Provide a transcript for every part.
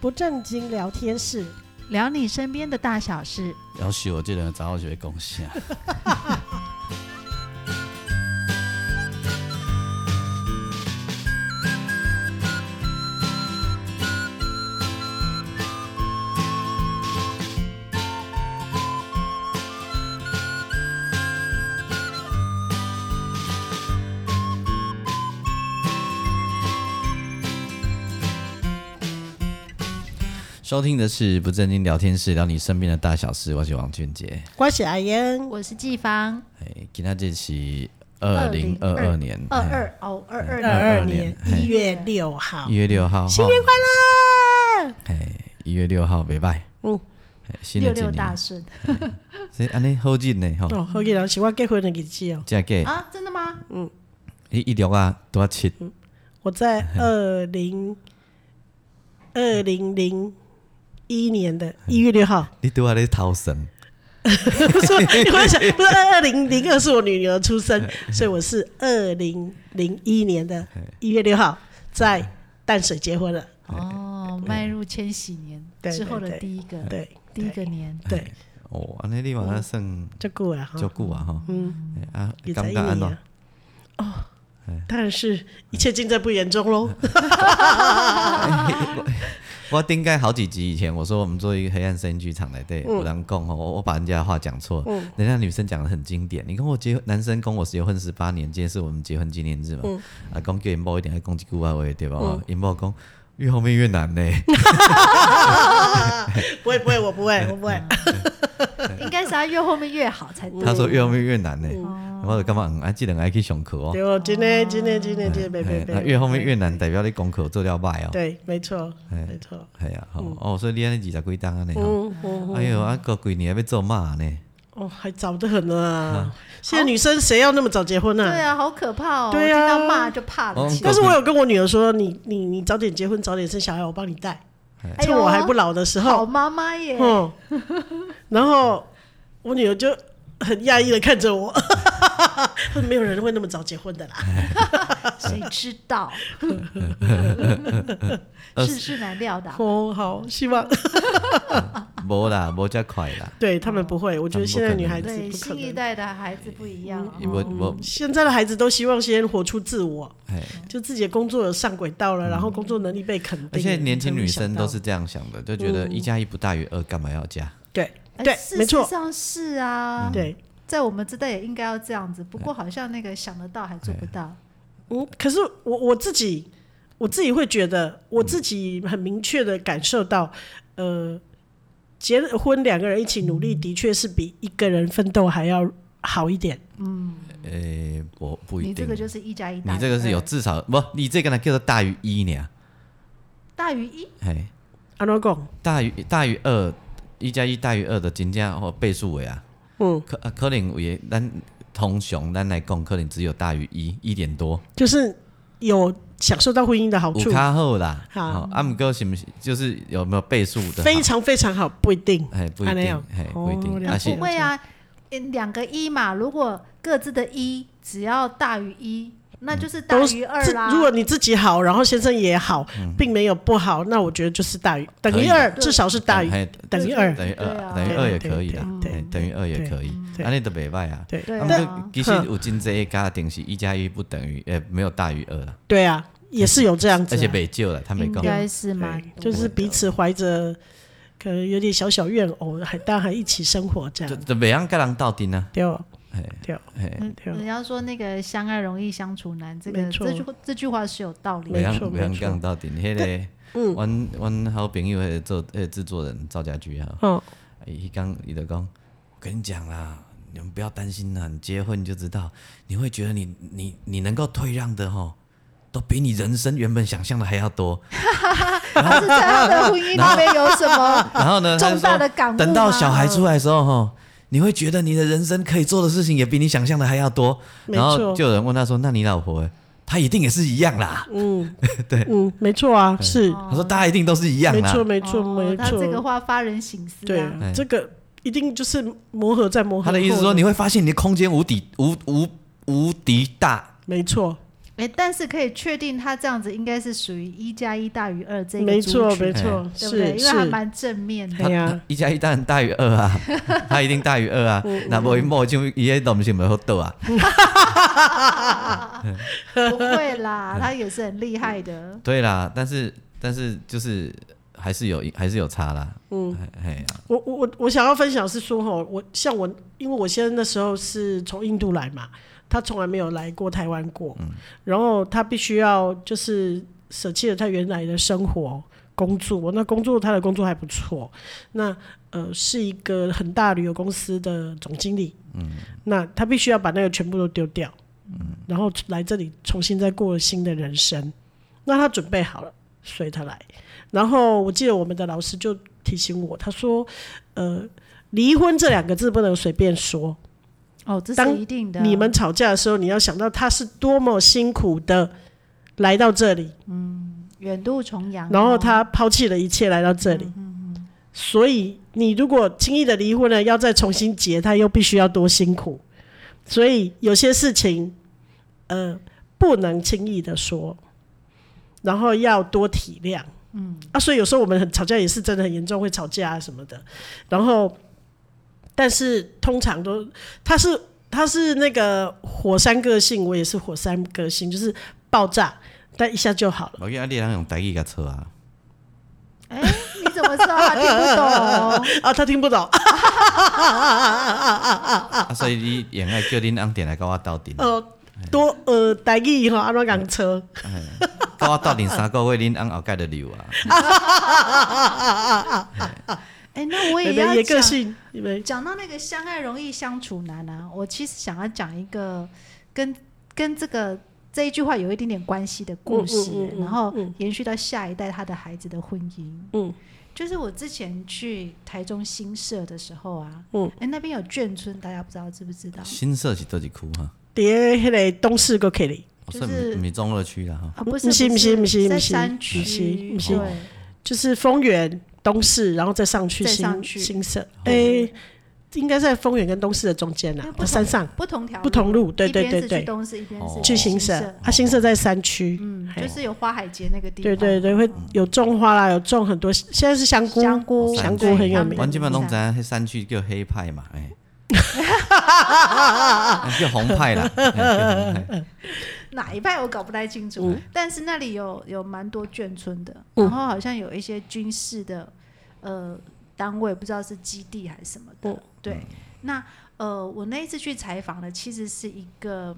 不正经聊天室，聊你身边的大小事。要是我这人早就会贡献。 收听的是不正经聊天室，聊你身边的大小事。我是王俊杰。关系阿烟，我是季芳，哎，今天这期二零二二年哎二二哦二二二年二22年年一月六号一，月六号，新年快乐！快！哎，一月六号，拜拜。嗯，哎新六的一六大年，顺所以安尼好进呢吼。哦，好记得是我结婚的日子哦。这个啊，真的吗？一一六啊，多七我在二零二零零一年的一月六号，你拄啊咧逃生，不是我想，不是二二零零二是我女儿出生，所以我是二零零一年的一月六号在淡水结婚了。哦，迈入千禧年哎对之后的对第一个对第一个年，对，哦，安尼你嘛那算就过了哈足。久啊吼。嗯，啊，也才感一觉安哎年怎啊？当然是一切尽在不言中 喽。我应该好几集以前我说我们做一个黑暗森林剧场来嗯对，我难共哦，我我把人家的话讲错，人家女生讲的很经典。你跟我结男生跟我结婚十八年，今天是我们结婚纪念日嘛？嗯啊，讲叫引爆一点，还讲几句话喂，对吧？引爆讲越后面越难呢。不会不会，我不 会，我不会。哎应该是他越后面越好才嗯对。他说越后面越难呢，我就干嘛？嗯，啊，记得爱去上课哦对。哦，今天今天今天今天没没嘿没那。哎越后面越难，代表你功课做了歹哦。对，没错，没错。系啊，吼哦，所以你安尼二十几档安尼吼，嗯嗯，哎呦，啊，过几年要做嘛呢？哦，还早得很哎呢。现在女生谁要那么早结婚呢？对啊，好可怕哦！对啊哦听到骂就怕了起来。但是我有跟我女儿说，你你你早点结婚，早点生小孩，我帮你带。哎趁呦我还不老的时好候，妈妈耶，嗯，然后我女儿就很讶异的看着我， 她说没有人会那么早结婚的啦。谁知 道？世事难料的啊。哦，好，希望无啦，无遮快啦。对他们不会，嗯我觉得现在女孩子对不可新一能。代的孩子不一样哦，嗯无无，现在的孩子都希望先活出自我，哎，就自己的工作有上轨道了，然后工作能力被肯定。嗯而且年轻女才会生想到嗯都是这样想的，就觉得一加一不大于二，干嘛要加？对哎对，事没实错，嗯上是啊，对。在我们这代也应该要这样子，不过好像那个想得到还做不哎到。嗯，可是我我自己，我自己会觉得，我自己很明确的感受到，呃，结了婚两个人一起努力，的确是比一个人奋斗还要好一点。诶，我不一你定这。个就是一加一大于二，你这个是有至少不，你这个呢叫做大于一呢，大于一，嘿，阿诺贡，大于大于二，一加一大于二的真正或倍数为啊，嗯，可啊可能也咱通常咱来讲，可能只有大于一一点多。就是有享受到婚姻的好有处，较好啦，好好，啊，姆哥是不是就是有没有倍数的？非，常非常好，不一定。哎，不一安尼定哦，哎，不一哦定，了而解且不会啊，诶两个一嘛，如果各自的一只要大于一，那就是大嗯都是于二自啦。如果你自己好，然后先生也好，嗯并没有不好，那我觉得就是大于等于二，对至少是大于哎等于二。等于对二，啊等于二也可以的，对对哎等于二也可以，对安尼都袂歹啊。对对啊，但姆哥其实有真济家庭是一加一不等于，呃，没有大于二啦，对啊，也是有这样子而啊。且袂少了，他没应讲，该是蛮对，就多是彼此怀着可能有点小小怨偶，还但还一起生活这就样，就袂让跟人斗阵啊，对哦哎对哦哎，对哦人家说那个相爱容易相处难，这个没错这句这句话是有道理袂没的。让错袂让没错嗯跟人斗阵，迄个。阮阮好朋友迄个做迄个制作人赵家驹啊，哦，伊刚伊就讲，我跟你讲啦，你们不要担心啦，你结婚你就知道，你会觉得你你你能够退让的吼，都比你人生原本想象的还要多。他是在他的 婚姻里面有什么？然后呢， 他就重大的感悟吗说，哦等到小孩出来的时候吼。你会觉得你的人生可以做的事情也比你想象的还要多，没然错后就有人问他说：“那你老婆欸，她一定也是一样啦。哦嗯，没错啊，是他说：“大家一定都是一样没啦。错没错哦没他这个错，话发人省思对啊。哎这个一定就是磨合再磨合后。他的意思说，你会发现你的空间无底无无无敌大，没错，哎、哎，但是可以确定他这样子应该是属于一加一大于二这个没族错群没哎错，对不对？是因为还是，蛮正面的。哎呀，一加一当然大于 二啊，他一定大于二啊。嗯那无伊某像伊迄东西没好倒啊。不会啦，他也是很厉害 嗯的。对啦，但是但是就是还是有还是有差啦。嗯，哎呀，我我我我想要分享是说哈，我像我，因为我先生那时候是从印度来嘛，他从来没有来过台湾过，然后他必须要就是舍弃了他原来的生活工作，那工作他的工作还不错，那呃是一个很大旅游公司的总经理，嗯，那他必须要把那个全部都丢掉，嗯，然后来这里重新再过新的人生，那他准备好了，所以他来。然后我记得我们的老师就提醒我，他说：“呃，离婚这两个字不能随便说。哦，这当是一定的。你们吵架的时候，你要想到他是多么辛苦的来到这里，远渡重洋哦，然后他抛弃了一切来到这里。所以你如果轻易的离婚了，要再重新结，他又必须要多辛苦。所以有些事情，呃，不能轻易的说，然后要多体谅。嗯啊，所以有时候我们很吵架也是真的很严重，会吵架啊什么的。然后，但是通常都他是他是那个火山个性，我也是火山个性，就是爆炸，但一下就好了。我跟阿丽人用台语甲错啊。哎，你怎么知道他听不懂？ 啊，他听不懂。啊，所以你也爱叫恁翁定来甲我斗阵，呃，多呃，台语吼，安怎讲车？甲我斗阵三个月，恁翁后盖就留啊。哎，那 我你也的要也个讲性，你们讲到那个相爱容易相处难啊，我其实想要讲一个跟跟这个这一句话有一点点关系的故事，嗯嗯嗯嗯然后延续到下一代他的孩子的婚姻。嗯，就是我之前去台中新社的时候啊，嗯哎、那边有眷村，大家不知道知不知道？新社是倒一区哈，伫迄个东势个 K 里，哦就是所以毋是毋是中乐区啦哈。啊，不不是是不不是不在是不山区，是不哦是对，就是丰原、东势，然后再上去再新上去哦新社，诶，应该在丰原跟东势的中间啦因为，不在同山上不同条路不同路，对一对边对是去对，东市，一边是哦去新新社，啊，新社在山区，嗯，嘿就是有花海街那个地对方，对对，会有种花啦，有种很多，现在是香菇，香菇香菇对很有他名们的阮即摆拢知影迄山区叫黑派嘛，哎， 叫红派啦，哎叫红派哪一派我搞不太清楚，嗯但是那里有有蛮多眷村的，然后好像有一些军事的呃单位，不知道是基地还是什么的。嗯对，那呃，我那一次去采访的其实是一个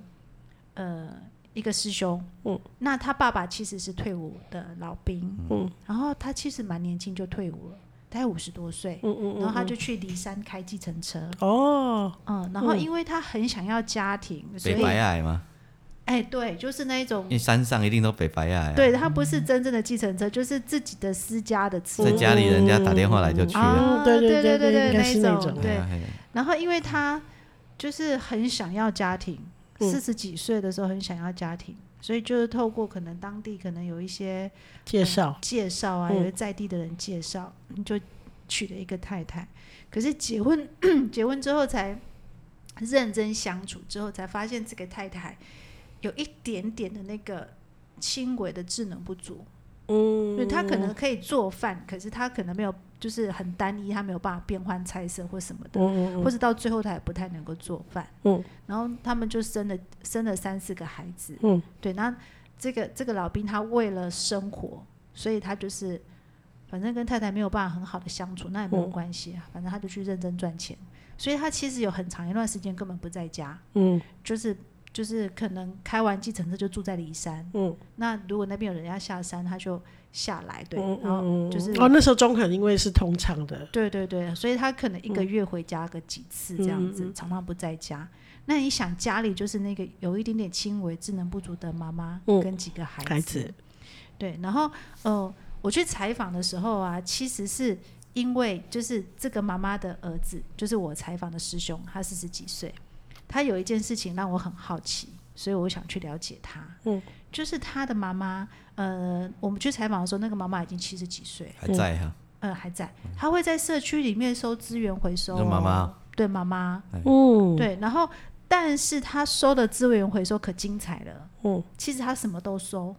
呃一个师兄，嗯，那他爸爸其实是退伍的老兵，嗯，然后他其实蛮年轻就退伍了，大概五十多岁，嗯嗯然后他就去骊山开计程车，哦，嗯，然后嗯因为他很想要家庭，所北以白啊矮嘛，哎，对，就是那一种因为山上一定都北白啊矮。，对，它不是真正的计程车，就是自己的私家的车在。家里人家打电话来就去了。哦，对对对对对应该是那那一种种，哎呀，哎呀然后因为他就是很想要家庭，嗯四十几岁的时候很想要家庭，所以就是透过可能当地可能有一些介绍，介绍啊，嗯有些在地的人介绍，你就娶了一个太太。可是结婚 结婚之后才认真相处之后，才发现这个太太有一点点的那个轻微的智能不足。嗯对他可能可以做饭，可是他可能没有，就是很单一，他没有办法变换菜色或什么的，嗯嗯或者到最后他也不太能够做饭。嗯，然后他们就生了生了三四个孩子。嗯，对，那这个这个老兵他为了生活，所以他就是反正跟太太没有办法很好的相处，那也没有嗯关系啊，反正他就去认真赚钱。所以他其实有很长一段时间根本不在家，嗯就是就是可能开完计程车就住在骊山。嗯，那如果那边有人要下山，他就下来，对，嗯然后就是、哦，那时候中肯因为是通常的，对对对，所以他可能一个月回家个几次这样嗯子，嗯嗯嗯常常不在家。那你想，家里就是那个有一点点轻微智能不足的妈妈嗯跟几个孩子，孩子对，然后呃，我去采访的时候啊，其实是因为就是这个妈妈的儿子，就是我采访的师兄，他四十几岁，他有一件事情让我很好奇，所以我想去了解他。嗯，就是他的妈妈，呃，我们去采访的时候，那个妈妈已经七十几岁，还在哈，呃，还在，她会在社区里面收资源回收、哦你说妈妈，对妈妈，嗯，对，然后。但是他收的资源回收可精彩了，嗯，其实他什么都收，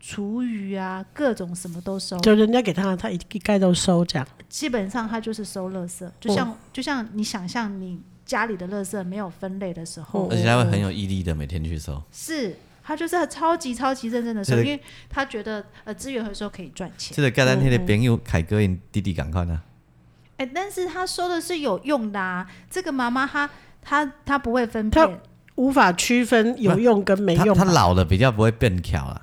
厨余啊，各种什么都收，就人家给他，他一一概都收这样。基本上他就是收垃圾，就嗯像、就像你想象你家里的垃圾没有分类的时候，嗯而且他会很有毅力的每天去收。是他就是超级超级认真的收，这因个为他觉得呃资源回收可以赚钱。这个盖单天的朋友凯哥因弟弟啊赶快呢，哎、但是他收的是有用的啊，这个妈妈她她她不会分她配，无法区分有用跟没他用他吧，老了比较不会变巧了。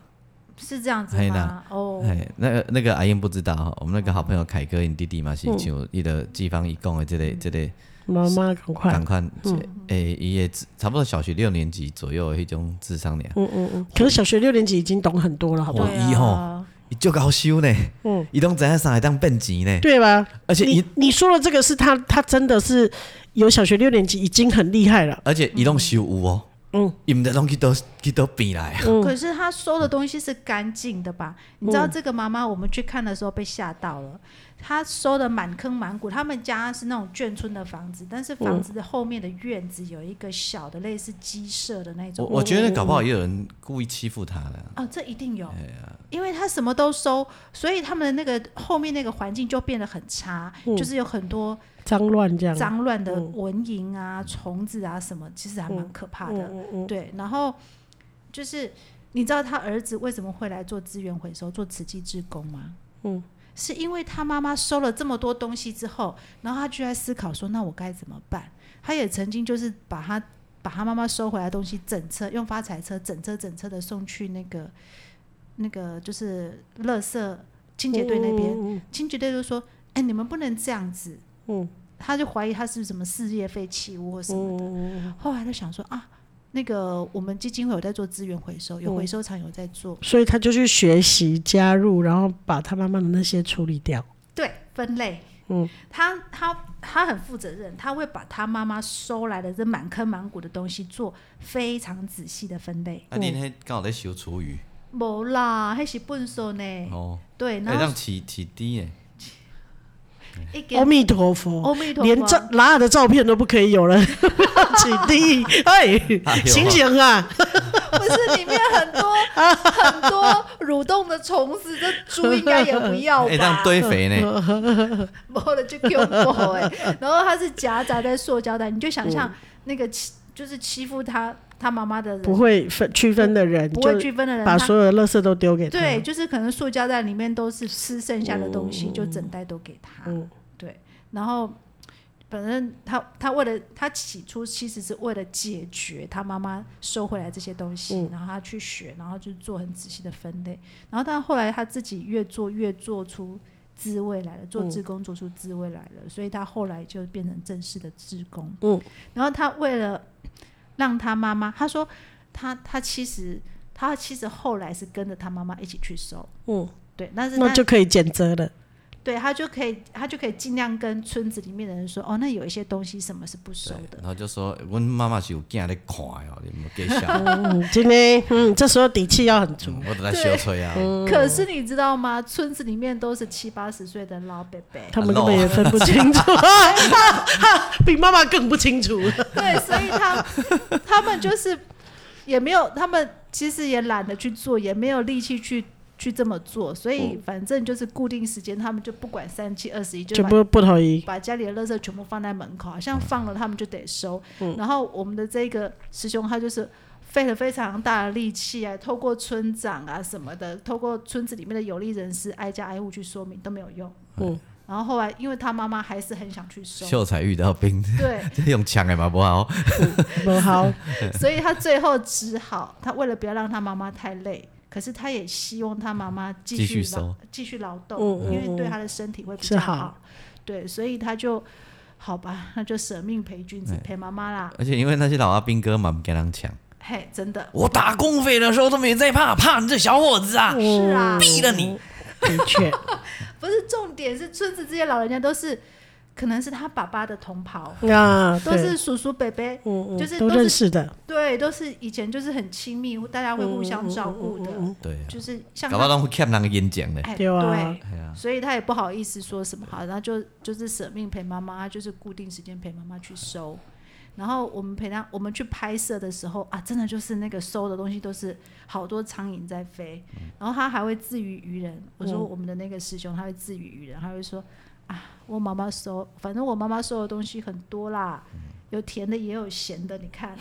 是这样子嘿吗啦？哦，哎，那个那个阿英不知道哈，我们那个好朋友凯哥因弟弟嘛是像伊的地方义工的这类这类，妈妈赶快赶。快诶，伊也差不多小学六年级左右的迄种智商俩，嗯嗯嗯，可是小学六年级已经懂很多了，好不好？哇对伊啊吼，伊足高修呢，嗯，伊拢知影啥会当变钱呢，对吧？而且你伊你说的这个是他，他真的是有小学六年级已经很厉害了。而且伊拢修有哦，嗯，伊毋知拢去倒去倒变来啊，嗯可是他收的东西是干净的吧？你知道这个妈妈，我们去看的时候被吓到了。她收的满坑满谷，他们家是那种眷村的房子，但是房子的后面的院子有一个小的类似鸡舍的那我种。我觉得搞不好也有人故意欺负他了。哦，这一定有，哎因为他什么都收，所以他们的那个后面那个环境就变得很差，嗯就是有很多脏乱这样，脏乱的蚊蝇啊、虫子啊什么，其实还蛮可怕的。嗯嗯对，然后就是你知道他儿子为什么会来做资源回收、做慈济志工吗？嗯，是因为他妈妈收了这么多东西之后，然后他就在思考说，那我该怎么办？他也曾经就是把他把他妈妈收回来的东西整车用发财车整车整车的送去那个那个就是垃圾清洁队那边，嗯清洁队就说：“哎、你们不能这样子。”嗯，他就怀疑他是什么事业废弃物或什么的。嗯嗯，后来他想说啊，那个我们基金会有在做资源回收，有嗯回收厂有在做，所以他就去学习加入，然后把他妈妈的那些处理掉。对，分类。嗯，他他他很负责任，他会把他妈妈收来的这满坑满谷的东西做非常仔细的分类。啊，恁迄刚好在修厨余没啦，还是笨手呢。嗯哦，对，会然后当起起低诶。一阿给弥陀佛，阿弥陀连佛啊照拉的照片都不可以有了， 起地，哎哎，呦醒醒啊！ 不是里面很多很多蠕动的虫子，这猪应该也不要会当吧？堆肥呢，嗯 摸了就 Q 摸哎，然后它是夹杂在塑胶袋，你就想嗯象那个欺就是欺负他他妈妈的人，不会分区分的人，不会就区分的人，把他所有的垃圾都丢给他。对，，就是可能塑胶袋里面都是吃剩下的东西，就整袋都给他。哦嗯对，然后反正他他为了他起初其实是为了解决他妈妈收回来这些东西，嗯然后他去学，然后就做很仔细的分类，然后但后来他自己越做越做出。滋味来了，嗯做志工做出滋味来了，所以他后来就变成正式的志工。嗯，然后他为了让他妈妈，他说他他其实他其实后来是跟着他妈妈一起去收，嗯，对，但是那他就可以减责了。对他就可以，他就可以尽量跟村子里面的人说，哦，那有一些东西什么是不收对的然，后就说，阮妈妈是有囝咧看的哦，你们给笑，嗯，今天嗯，这时候底气要很足。我都在小吹啊。可是你知道吗？村子里面都是七八十岁的老伯伯，他们根本也分不清 楚， 比妈妈更不清楚。对，所以他他们就是也没有，他们其实也懒得去做，也没有力气去去这么做，所以反正就是固定时间，他们就不管三七二十一，就就把不不同意。把家里的垃圾全部放在门口，好像放了他们就得收。然后我们的这个师兄他就是费了非常大的力气啊，透过村长啊什么的，透过村子里面的有利人士挨家挨户去说明都没有用。嗯，然后后来因为他妈妈还是很想去收，秀才遇到兵， 对，这用枪的嘛不好，不好， 所以他最后只好，他为了不要让他妈妈太累，可是他也希望他妈妈继继续续劳收继续劳动，嗯嗯因为对嗯他的身体会比是较好对，所以他就好吧，那就舍命陪君子，陪妈妈啦。而且因为那些老阿兵哥嘛不跟人抢。嘿，真的我打工费的时候都没在怕，怕你这小伙子哦啊， 是啊，毙了你！嗯的 确，不是重点是村子这些老人家都是，可能是他爸爸的同袍，啊，都是对叔叔伯伯，嗯嗯，就是都都是认识的，对，都是以前就是很亲密，大家会互嗯相照顾的，对啊，就是像搞不好他，都会欠人家演讲嘞。哎，对啊哎呀，所以他也不好意思说什么好，然后就就是舍命陪妈妈，他就是固定时间陪妈妈去收。然后我们陪他，我们去拍摄的时候啊，真的就是那个收的东西都是好多苍蝇在飞，嗯然后他还会自娱于人。我说嗯我们的那个师兄他会自娱于人，他会说啊，我妈妈收，反正我妈妈收的东西很多啦，嗯有甜的也有咸的，你 看。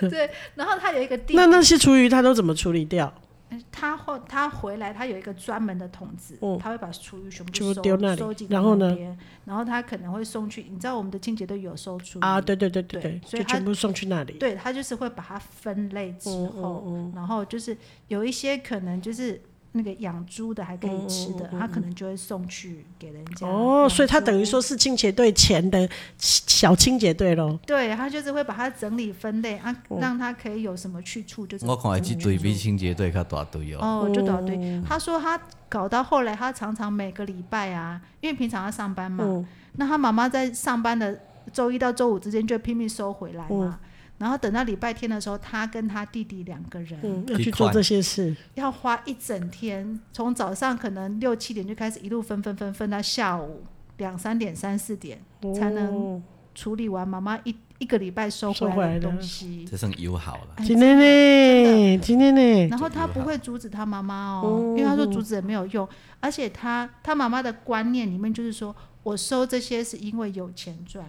对，然后他有一个弟弟那那些厨余他都怎么处理掉？嗯他后他回来，他有一个专门的桶子，嗯他会把厨余全部全部收丢那里收集然后呢那边，然后他可能会送去，你知道我们的清洁队有收厨余啊，对对对对对对，所以就他全部送去那里。对他就是会把它分类之嗯后，然后就是有一些可能就是那个养猪的还可以吃嗯的，他可能就会送去给人家。哦，所以他等于说。说是清洁队前的小清洁队喽。对他就是会把它整理分类啊，嗯让它可以有什么去处，就是我看来这队比清洁队较大队哦。哦，就搞对。他说他搞到后来，他常常每个礼拜啊，因为平常要上班嘛，嗯那他妈妈在上班的周一到周五之间就拼命收回来嗯嘛。然后等到礼拜天的时候，他跟他弟弟两个人嗯，要去做这些事。要花一整天，从早上可能六七点就开始一路分分分分到下午两三点、三四点，才哦能处理完妈妈一一个礼拜收回收回来来的的东西。这算友好了。哎今天呢？今天呢？然后他不会阻止他妈妈哦，因为他说阻止也没有用，而且他他妈妈的观念里面就是说我收这些是因为有钱赚，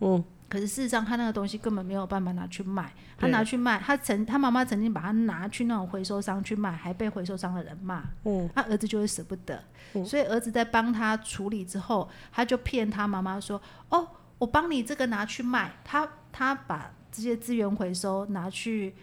嗯，可是事实上他那个东西根本没有办法拿去卖，他对拿去卖，他曾他妈妈曾经把他拿去那种回收商去卖，还被回收商的人骂，嗯，他儿子就会舍不得，所以儿子在帮他处理之后，他就骗他妈妈说，哦，我帮你这个拿去卖，他他把这些资源回收拿去。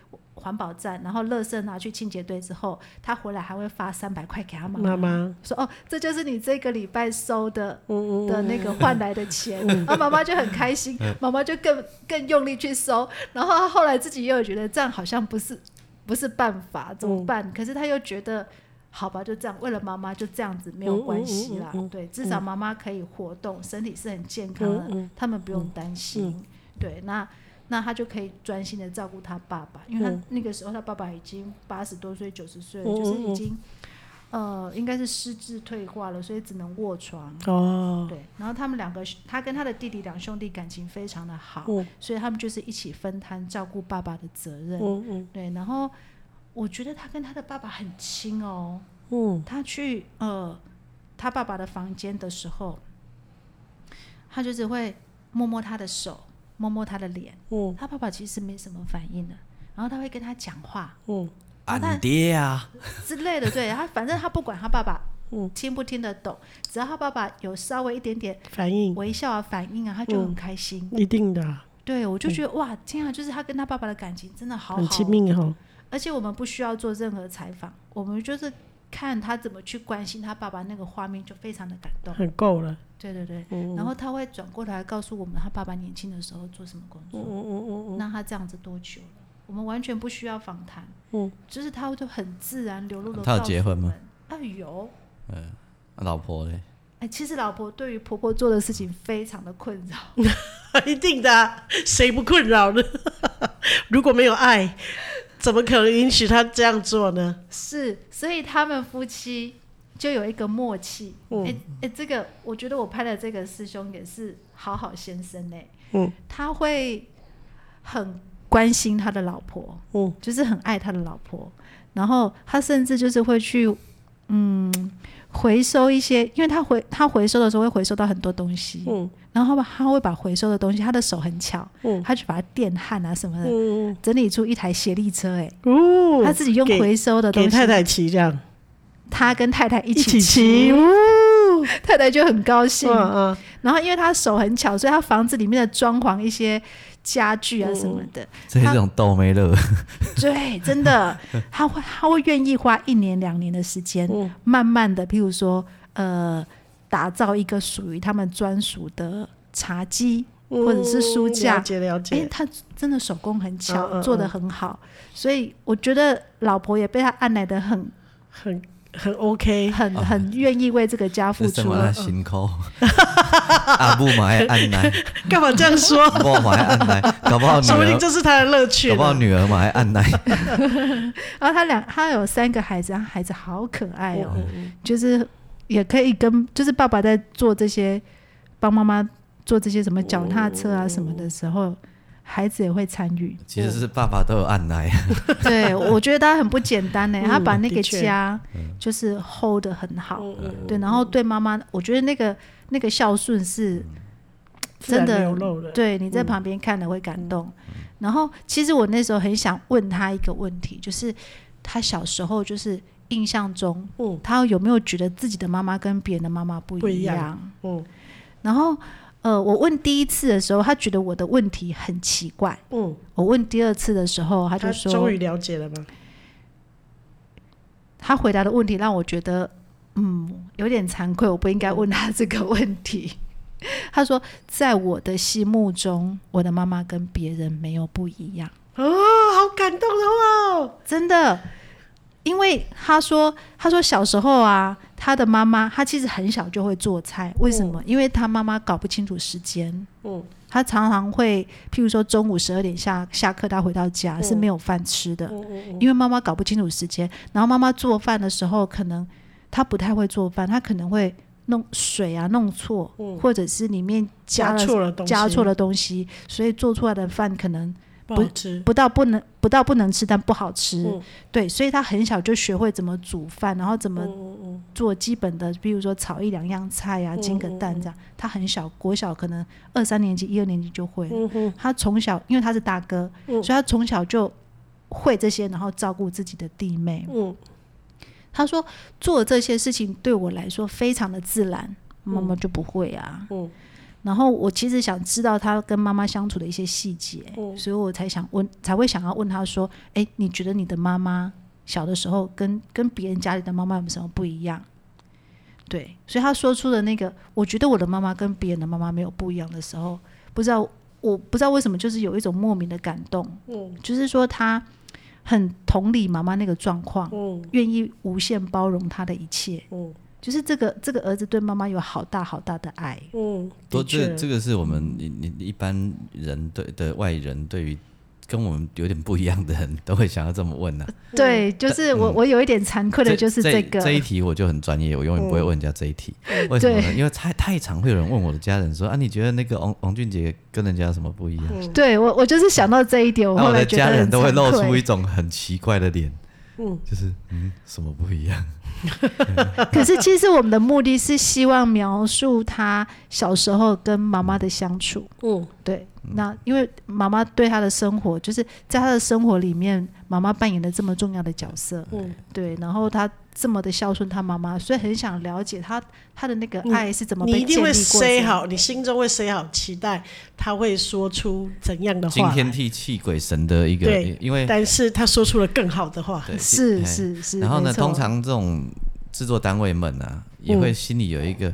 环保站，然后垃圾拿去清洁队之后，他回来还会发三百块给他妈妈，妈妈，说哦，这就是你这个礼拜收的嗯嗯，的那个换来的钱，然后妈妈就很开心，妈妈就更更用力去收，然后她后来自己又有觉得这样好像不是不是办法，怎么嗯办？可是她又觉得。好吧，就这样，为了妈妈就这样子没有关系啦。嗯嗯嗯嗯对，至少妈妈可以活动，身体是很健康的，嗯嗯他们不用担心。对，那那他就可以专心的照顾他爸爸，因为他嗯那个时候他爸爸已经八十多岁、九十岁了，嗯嗯就是已嗯经呃应该是失智退化了，所以只能卧床。哦，对，然后他们两个，他跟他的弟弟两兄弟感情非常的好，嗯所以他们就是一起分摊照顾爸爸的责任。嗯嗯对，然后我觉得他跟他的爸爸很亲哦。嗯，他去呃他爸爸的房间的时候，他就是会摸摸他的手，摸摸他的脸。嗯他爸爸其实没什么反应的，然后他会跟他讲话，嗯然后他俺爹啊，之类的，对他，反正他不管他爸爸嗯听不听得懂，只要他爸爸有稍微一点点反应微笑啊、反应啊，嗯他就很开心。一定的啊，对我就觉得、哇，天啊，就是他跟他爸爸的感情真的好好很哦，亲密哈。而且我们不需要做任何采访，我们就是看他怎么去关心他爸爸那个画面，就非常的感动。很够了，对对对，嗯然后他会转过头来告诉我们他爸爸年轻的时候做什么工作，嗯嗯嗯那他这样子多久了？我们完全不需要访谈，嗯，就是他就很自然流露的。他有结婚吗？啊，有。老婆嘞，哎，其实老婆对于婆婆做的事情非常的困扰，嗯， 一定的啊、谁不困扰呢？ 如果没有爱，怎么可能允许他这样做呢？是，所以他们夫妻就有一个默契。哎、嗯哎，这个我觉得我拍的这个师兄也是好好先生呢、欸嗯他会很关心他的老婆，嗯，就是很爱他的老婆，然后他甚至就是会去，嗯，回收一些，因为他回他回收的时候会回收到很多东西，嗯然后他把他会把回收的东西，他的手很巧，嗯他去把它电焊啊什么的，嗯，整理出一台协力车、欸，哦，他自己用给回收的东给西，太太骑这样，他跟太太一一起起骑骑，，呜， 太太就很高兴。嗯嗯，然后因为他手很巧，所以他房子里面的装潢一些家具啊什么的，嗯这是一种逗妹乐。对，真的，他会他会愿意花一年两年的时间，嗯慢慢的，譬如说，呃，打造一个属于他们专属的茶几，或者是书架嗯了解了哎、解，他真的手工很巧，嗯嗯嗯做的很好，所以我觉得老婆也被他按来的很很很 OK，很很愿意为这个家付这生出嗯活啊，辛苦。阿母嘛爱按奶，干嘛这 样说？我嘛爱按奶，搞不好女说不定儿，这是他的乐趣搞不好呢。女儿嘛爱按奶。然后他两他有三个孩子，他孩子好可爱哦，嗯就是也可以跟就是爸爸在做这些帮妈妈做这些什么脚踏车哦啊什么的时候，孩子也会参与。其实是爸爸都有按耐，对，我觉得他很不简单呢、嗯他把那的个确家就是 hold 得很好，嗯嗯对，然后对妈妈，我觉得那个那个孝顺是嗯自然真的流露嗯了，对你在旁边看了会感动。嗯然后其实我那时候很想问他一个问题，就是他小时候就是印象中，嗯他有没有觉得自己的妈妈跟别人的妈妈不不一一样样？嗯然后呃，我问第一次的时候，他觉得我的问题很奇怪。嗯，我问第二次的时候，他他终就说于了解了吗？他回答的问题让我觉得嗯有点惭愧，我不应该问他这个问题。 他说，在我的心目中，我的妈妈跟别人没有不一样。啊，好感动哦！真的，因为他说，他说小时候啊，他的妈妈，他其实很小就会做菜，为什么？因为他妈妈搞不清楚时间，嗯，他常常会，譬如说中午十二点下下课，他回到家、嗯是没有饭吃的，嗯嗯因为妈妈搞不清楚时间，然后妈妈做饭的时候，可能她不太会做饭，她可能会弄水啊弄错，嗯或者是里面加加了错了东西，加错了东西，所以做出来的饭可能不好吃，不到不能不到不能吃，但不好吃。嗯对，所以他很小就学会怎么煮饭，然后怎么嗯嗯做基本的，比如说炒一两样菜啊，嗯煎个蛋这样。他很小，国小可能二三年级、一二年级就会了。嗯嗯他从小，因为他是大哥，嗯所以他从小就会这些，然后照顾自己的弟妹。嗯他说做这些事情对我来说非常的自然，妈妈就不会啊。嗯然后我其实想知道他跟妈妈相处的一些细节，嗯所以我才想问，才会想要问他说：“哎，你觉得你的妈妈小的时候跟跟别人家里的妈妈有什么不一样？”对，所以他说出的那个，我觉得我的妈妈跟别人的妈妈没有不一样的时候，不知道我不知道为什么，就是有一种莫名的感动，嗯就是说他很同理妈妈那个状况，嗯愿意无限包容她的一切，嗯就是这个这个儿子对妈妈有好大好大的爱。嗯，都的这确，这个是我们你你一般人对的外人对于跟我们有点不一样的人都会想要这么问呐、啊对，嗯就是我、我有一点惭愧的呃就是嗯这个，嗯这一题我就很专业，我永远不会问人家这一题。为什么呢？因为太太常会有人问我的家人说啊，你觉得那 个王王俊杰跟人家有什么不一样？嗯对我我就是想到这一点，嗯我那后我来的觉得家很人都会露惭出愧一种很奇怪的脸，嗯就是嗯，什么不一样？ 可 是其实我们的目的是希望描述他小时候跟妈妈的相处。嗯对，那因为妈妈对他的生活，就是在他的生活里面，妈妈扮演了这么重要的角色，嗯对，然后他这么的孝顺他妈妈，所以很想了解他他的那个你爱是怎么嗯你被一定建立会过的 say 好，你心中会 say 好，期待他会说出怎样的惊话来。天地泣鬼神的一个对，因为但是他说出了更好的话。对是哎是是，然后呢，嗯没错嗯通常这种制作单位们啊，也会心里有一个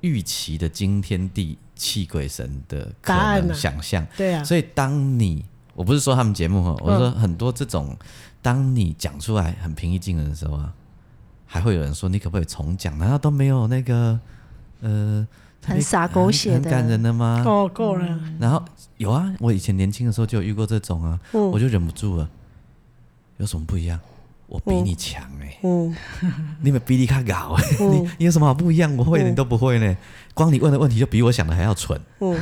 预期的惊天地泣鬼神的可答案能啊想象。对啊，所以当你，我不是说他们节目嗯哈，我说很多这种，当你讲出来很平易近人的时候啊，还会有人说你可不可以重讲？难道都没有那个呃特别很洒狗血哎很的，哦很感人的吗？够够了。然后有啊，我以前年轻的时候就有遇过这种啊，嗯我就忍不住了。有什么不一样？我比你强哎、嗯你们比你卡搞 哎，你哦你有什么好不一样？我会的你都不会呢，光你问的问题就比我想的还要 蠢。嗯，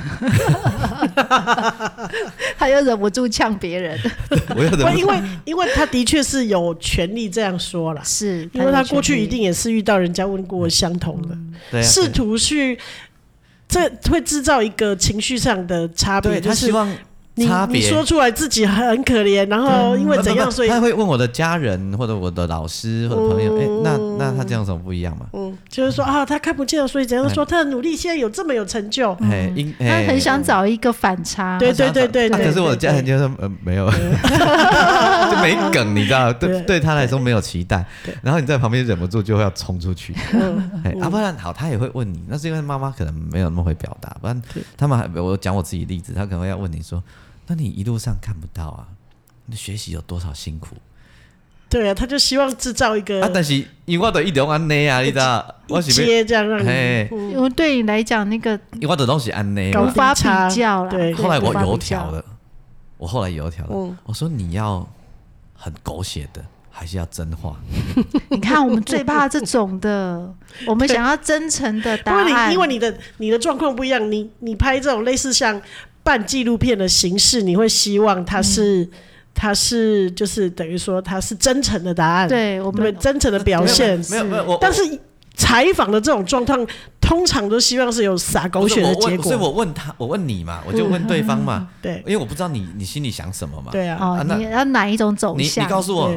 他又忍不住呛别人，我又忍不不因住，为因为他的确是有权利这样说啦， 是因为他他过去一定。定也是遇到人家问过相同的，对啊，试图去。这会制造一个情绪上的差别，对啊就他希是望你差你别说出来自己很可怜，然后因为不怎样，不所以哦他会问我的家人或者我的老师或者朋友，哎、那那他这样有什么不一样嘛？嗯，就是说啊，他看不见了，所以怎样嗯说他的努力现在有这么有成就，哎、应他哎，很想找一个反差，对想对对找对啊可是我的对家人就说呃没有， 就没梗，你知道，对对对他来说没有期待对，然后你在旁边忍不住就会要冲出去，嗯哎，啊，不然好，他也会问你，那是因为妈妈可能没有那么会表达，不然对他们还我讲我自己例子，他可能会要问你说，那你一路上看不到啊，你学习有多少辛苦？对啊，他就希望制造一个啊，但是因为我都一直安尼啊，你知道，我一是要阶这样让你嘿嗯因为对你来讲，那个因为我的东西安内搞无嘛定。法比差较了。对后来我无法比油较条了，我后来油条了，嗯我说你要很狗血的，还是要真话。你看，我们最怕这种的，我们想要真诚的不答过你案。因为你的你的状况不一样，你你拍这种类似像半纪录片的形式，你会希望它是、嗯它是就是等于说它是真诚的答案，对我对不对们真诚的表现。没有没有，我但是采访的这种状况，通常都希望是有洒狗不是血的我问结所以果，嗯我问他，我问你嘛，我就问对方嘛，对因为我不知道你你心里想什么嘛。对啊，哦啊，那你要哪一种走你你向？告诉我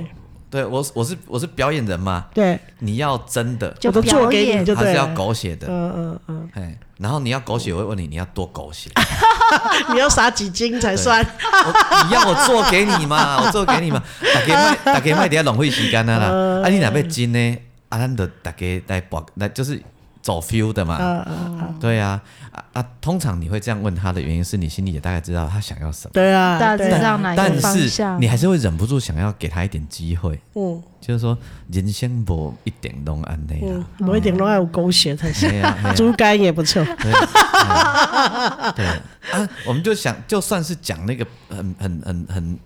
对，对我我是我是表演人嘛，对，你要真的就我都做表给你演，就还对是要了。狗血的？嗯嗯嗯，哎，然后你要狗血，我会问你，你要多狗血？ 你要撒几斤才算？我你要我做给你 嘛，我做给你嘛。大家卖大家卖，底下浪费时间啊啦。嗯啊，你哪要真呢？啊，咱就大家来搏，来就是走 feel 的嘛。嗯嗯，嗯对啊，啊啊，通常你会这样问他的原因是你心里也大概知道他想要什么，对啊，大致对啊上哪一个但方是向你？还是会忍不住想要给他一点机会，嗯就是说人生不一定拢安内嗯啦。，某一点都要有狗血才行。对啊，嘿啊猪肝也不错，对啊对啊，啊我们就想，就算是讲那个很很很很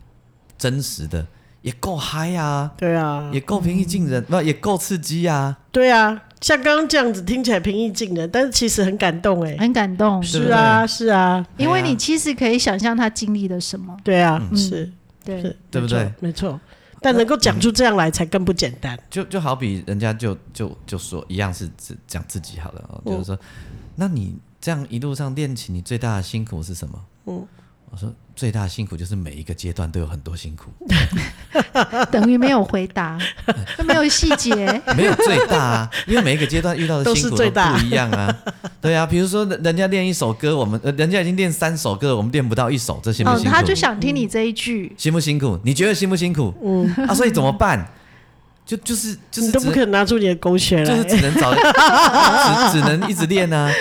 真实的，也够嗨啊，对啊，也够平易近人，不也够刺激啊，对啊，像刚刚这样子听起来平易近人，但是其实很感动哎、很感动，对是啊，是啊，因为对啊你其实可以想象他经历了什么。对啊，是对，是，对不对没错？没错，但能够讲出这样来才更不简单。就就好比人家就就就说一样是自讲自己好了哦，嗯就是说，那你这样一路上练琴，你最大的辛苦是什么？嗯我说最大的辛苦就是每一个阶段都有很多辛苦，等于没有回答，都没有细节。没有最大啊，因为每一个阶段遇到的都是辛苦最都大不一 样啊。对啊，比如说人人家练一首歌，我们呃人家已经练三首歌了，我们练不到一首，这辛不哦，辛苦？他就想听你这一句，辛不辛苦？你觉得辛不辛苦？嗯，啊，所以怎么办？就就是就是你都只不可能拿出你的狗血就是来，只能 找只只能一直练啊。嗯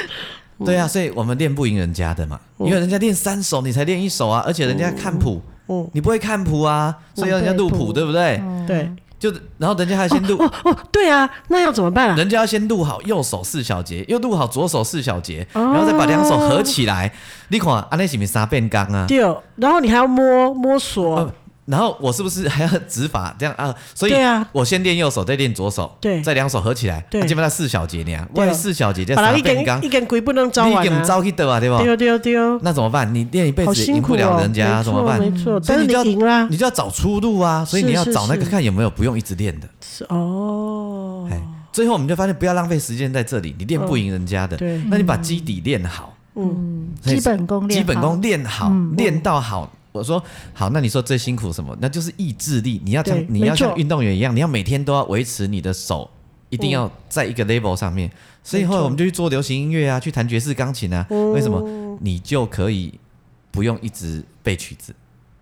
对啊，所以我们练不赢人家的嘛，因为人家练三首，你才练一首啊，而且人家看谱，嗯，你不会看谱啊，所以要人家录对谱，谱对不对？对，就然后人家还先录，哦哦，对啊，那要怎么办啊？人家要先录好右手四小节，又录好左手四小节，哦然后再把两手合起来。你看，安内是不是三变刚啊？对哦，然后你还要摸摸索呃，然后我是不是还要指法这样啊？所以对啊，我先练右手，再练左手，对再两手合起来，对啊基本上四小节呢。对啊我的四小节叫把它三一变刚，根一根鬼不能招你完给我们啊，招去得啊，对吧？对哦对哦对哦，那怎么办？你练一辈好子也辛赢苦不了哦，人家，没怎么错办？没错，所以但是你就要你赢啦，你就要找出路啊！所以是你要是找那个是看有没有不用一直练的。是哦，哎，最后我们就发现不要浪费时间在这里，你练不赢人家的，哦对，那你把基底练好，嗯，所以基本功练基好，本功练好，嗯练到好。我说好，那你说最辛苦什么？那就是意志力，你要像对你要没像错运动员一样，你要每天都要维持你的手。一定嗯要在一个 level 上面，所以后来我们就去做流行音乐啊，去弹爵士钢琴啊。哦为什么？你就可以不用一直背曲子，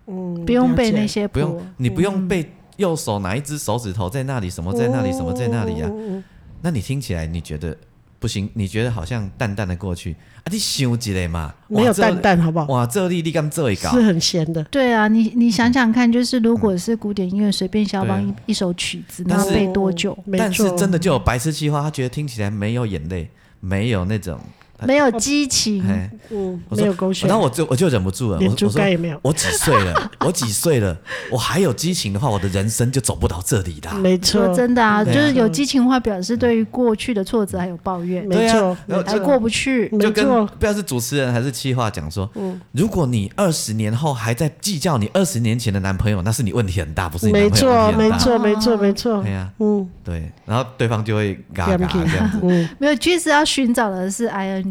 嗯不用背了那解些嗯不用谱，你嗯不用背右手哪一只手指头在那里，什么在那里，什么在那里啊。嗯嗯嗯那你听起来你觉得不行？你觉得好像淡淡的过去啊？你想一个嘛，没有哇这蛋蛋，好不好？哇，这力你敢做一搞是？很咸的，对啊，你你想想看，就是如果是古典音乐随便肖邦对一啊一首曲子，但那是背多久？嗯没但是错真的就有白痴计划，他觉得听起来没有眼泪，没有那种，没有激情，哎，嗯，我没说有狗血，然后我就我就忍不住了，我连我猪肝说也没有，我几岁 了，我几岁了，我还有激情的话，我的人生就走不到这里啦。没说错，真的啊，就对啊是有激情的话，表示对于过去的挫折还有抱怨，没对错啊，，然后还就过不去。没就跟错，不知道是主持人还是企划讲说，嗯如果你二十年后还在计较你二十年前的男朋友，那是你问题很大，不是你没男朋友错，问题没很大。错，没错，没错对，呀、嗯，对，然后对方就会嘎嘎两瓶这 样子，嗯，没有，其实要寻找的是 ing，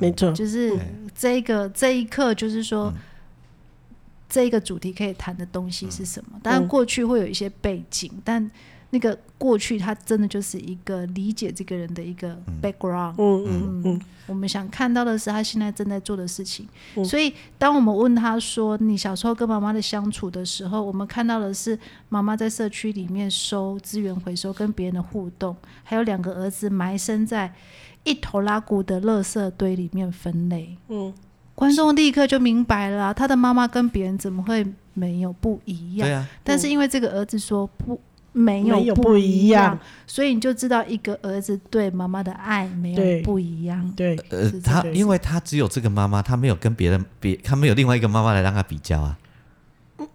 没 错，就是这一个这一刻，就是说。这一个主题可以谈的东西是什么？嗯当然，过去会有一些背景，但那个过去它真的就是一个理解这个人的一个 background。嗯嗯嗯，我们想看到的是他现在正在做的事情。所以，当我们问他说你小时候跟妈妈的相处的时候，我们看到的是妈妈在社区里面收资源回收跟别人的互动，还有两个儿子埋身在一头拉骨的垃圾堆里面分类。嗯，观众立刻就明白了啊、他的妈妈跟别人怎么会没有不一样对？呀、但是因为这个儿子说不没啊没有有不不一一样样，所以你就知道一个儿子对妈妈的爱没对有不一样。对，呃是，这他个意思因为他只有这个妈妈，他没有跟别人别，他没有另外一个妈妈来让他比较啊，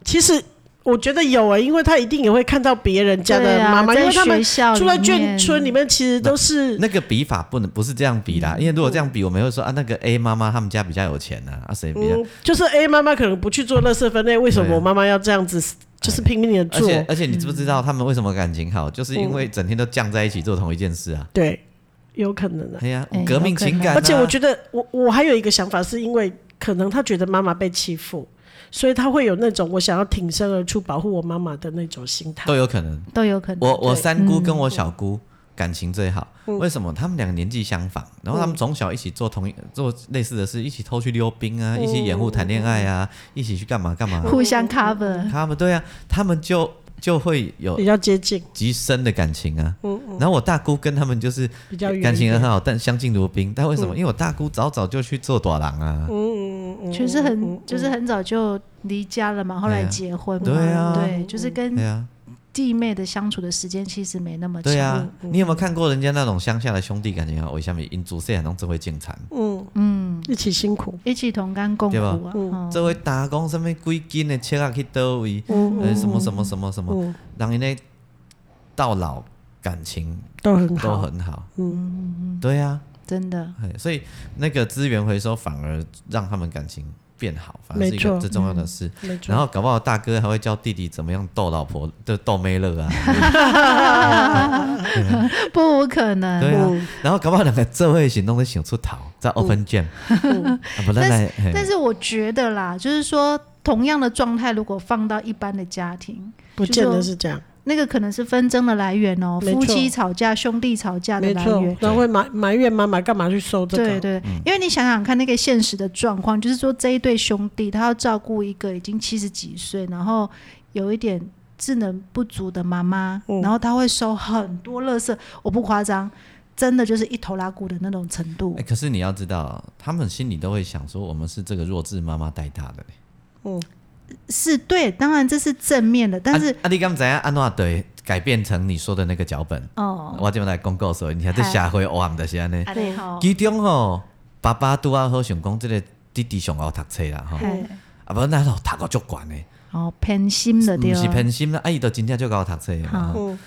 其实我觉得有啊、因为他一定也会看到别人家的对啊妈妈，因在为他们学校住在里眷面村里面，其实都是那个比法不能不是这样比啦，因为如果这样比，我们会说啊，那个 A 妈妈他们家比较有钱呐、啊，啊谁比较？嗯，就是 A 妈妈可能不去做垃圾分类，为什对么啊我妈妈要这样子，就是拼命的而做？且而且你知不知道他们为什么感情好？就是因为整天都犟在一起做同一件事啊。对，有可能的、啊哎呀哎，革命情感、啊。而且我觉得我，我还有一个想法，是因为可能他觉得妈妈被欺负，所以他会有那种我想要挺身而出保护我妈妈的那种心态都。有可能。都有可能。我我对三姑跟我小姑嗯感情最好，为什么？他们两个年纪相仿，然后他们从小一起做同一做类似的事，一起偷去溜冰嗯啊，一起掩护谈恋爱啊，一起去干嘛干嘛。互相嗯 cover，他们对啊，他们就就会有比较接近，极深的感情啊。然后我大姑跟他们就是嗯比较远感情一很点嗯好，但相敬如宾。但为什么？因为我大姑早早就去做短郎啊，确实嗯很就是很早就离家了嘛，后来对啊结婚嘛，对啊对就是跟对啊，弟妹的相处的时间其实没那么长。对啊。嗯你有没有看过人家那种乡下的兄弟感情啊？为什么因主细汉拢只会进产？嗯嗯一起辛苦。一起同甘共苦啊，哦嗯这位打工什么几斤的切啊去倒位，嗯嗯呃什么什么什么什么，让人家到老感情都很都好，很好。嗯，对呀、真的，嘿所以那个资源回收反而让他们感情变好，反而是一没错嗯个最重要的事。没错然后搞不好大哥还会教弟弟怎么样逗老婆，就逗妹乐啊，不无可能。啊对啊。然后搞不好两个这会行动都想出逃，在 open jam，啊嗯 不然来，嘿但是我觉得啦，就是说，同样的状态如果放到一般的家庭，不见得是这样，那个可能是纷争的来源哦，没错夫妻吵架、兄弟吵架的没来错源。。然后会埋埋怨妈妈干嘛去收这对个？对，嗯因为你想想看，那个现实的状况，就是说这一对兄弟，他要照顾一个已经七十几岁，然后有一点智能不足的妈妈，嗯然后他会收很多垃圾，我不夸张，真的就是一头拉骨的那种程度哎，。可是你要知道，他们心里都会想说，我们是这个弱智妈妈带大的。是对，当然这是正面的，但是啊，啊你敢知影安怎对改变成你说的那个脚本？哦，我这边来公告说，你看这社会黑暗就是安哎尼。啊你好，其中吼，爸爸拄啊好想讲，即个弟弟上好读册啦吼，嘿啊无那老读到足悬的，哎哦，偏心的对毋了，是偏心啦，啊伊都真正足够读册的嘛好嗯吼。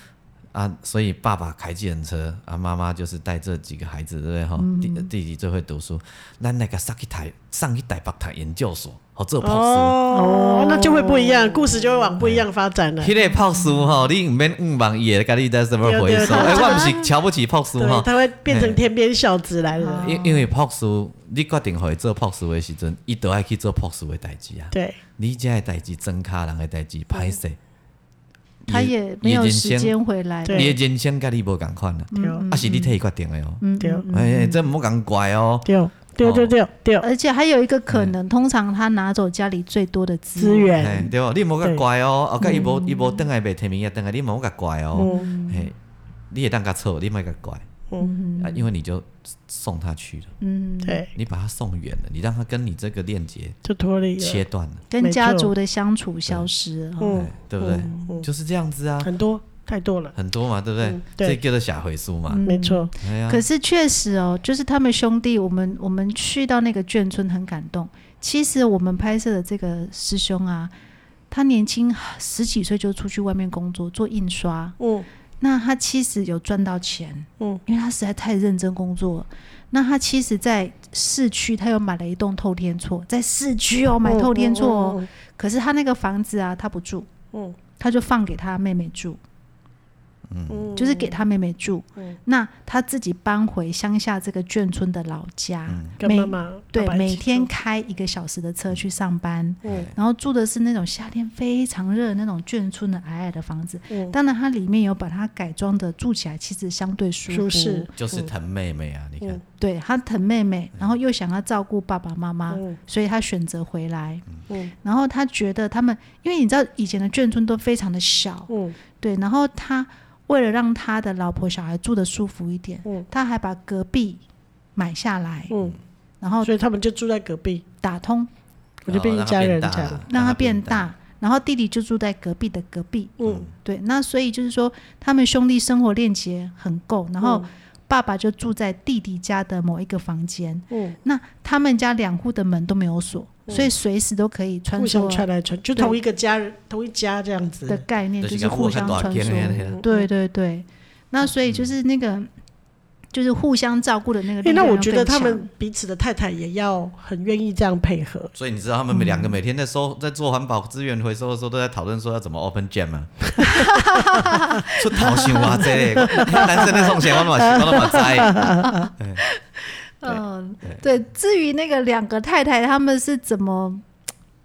啊，所以爸爸开计程车，啊妈妈就是带这几个孩子，对不对吼？嗯弟弟弟最会读书，咱那个上去台上去台北读研究所，好做博士。哦，那就会不一样，故事就会往不一样发展了。迄个泡书吼，你毋免五万伊会甲你在什么回对对收？对哎，我毋是瞧不起泡书对吼，，他会变成天边小子来了。因因为朴素，你决定互伊做朴素的时阵，伊都爱去做朴素的代志啊。对，你遮的代志，真卡人的代志，歹势。他也没有时间回来了，嗯对嗯伊的人生甲你无共款啊，对啊是你替伊决定的哦。嗯对哎，这毋好共怪哦。对对对对对，而且还有一个可能，通常他拿走家里最多的资资源，源哎，对无，你毋好甲怪哦。后甲伊嗯无伊无等来袂提物件，等来你毋好甲怪哦。嘿，你会当甲错，你莫甲怪。嗯啊，因为你就送他去了，对，你把他送远了，你让他跟你这个链接就脱离了切断了，跟没家错族的相处消失了。嗯哎，对不对？就是这样子啊。很多太多了，很多嘛，对不对？嗯对嗯这叫做小回书嘛。没错，哎呀，可是确实哦，就是他们兄弟，我们我们去到那个眷村很感动。其实我们拍摄的这个师兄啊，他年轻十几岁就出去外面工作做印刷，嗯，那他其实有赚到钱，嗯，因为他实在太认真工作了。那他其实，在市区他又买了一栋透天厝，在市区哦买透天厝哦，嗯嗯嗯可是他那个房子啊，他不住，嗯他就放给他妹妹住，嗯，就是给他妹妹住。嗯那他自己搬回乡下这个眷村的老家，跟妈妈对爸，爸一每起天住开一个小时的车去上班，嗯然后住的是那种夏天非常热的那种眷村的矮矮的房子。嗯当然，它里面有把它改装的，住起来其实相对舒服。舒适，就是疼妹妹啊，你看，对他疼妹妹，然后又想要照顾爸爸妈妈，嗯所以他选择回来。嗯然后他觉得他们，因为你知道以前的眷村都非常的小，嗯对，然后他为了让他的老婆小孩住的舒服一点，嗯他还把隔壁买下来，嗯，然后所以他们就住在隔壁，打通我就变一家人这样，让他变大，然后弟弟就住在隔壁的隔壁，嗯对，那所以就是说他们兄弟生活链接很够，然后爸爸就住在弟弟家的某一个房间，嗯那他们家两户的门都没有锁，所以随时都可以穿互相梭传来传，就对同一个家人，同一家这样的子。概念，就是嗯看互我相看多少穿天梭。嘿嘿嗯嘿对对对，那所以就是那个，就是互相照顾的那个力哎，那量要我更觉强。得他们彼此的太太也要很愿意这样配合。所以你知道他们两个每天在收、在做环保资源回收的时候，都在讨论说要怎么 open jam 啊，出头想哇这个，男生在送钱，我嘛我都嘛在。嗯，对。至于那个两个太太，他们是怎么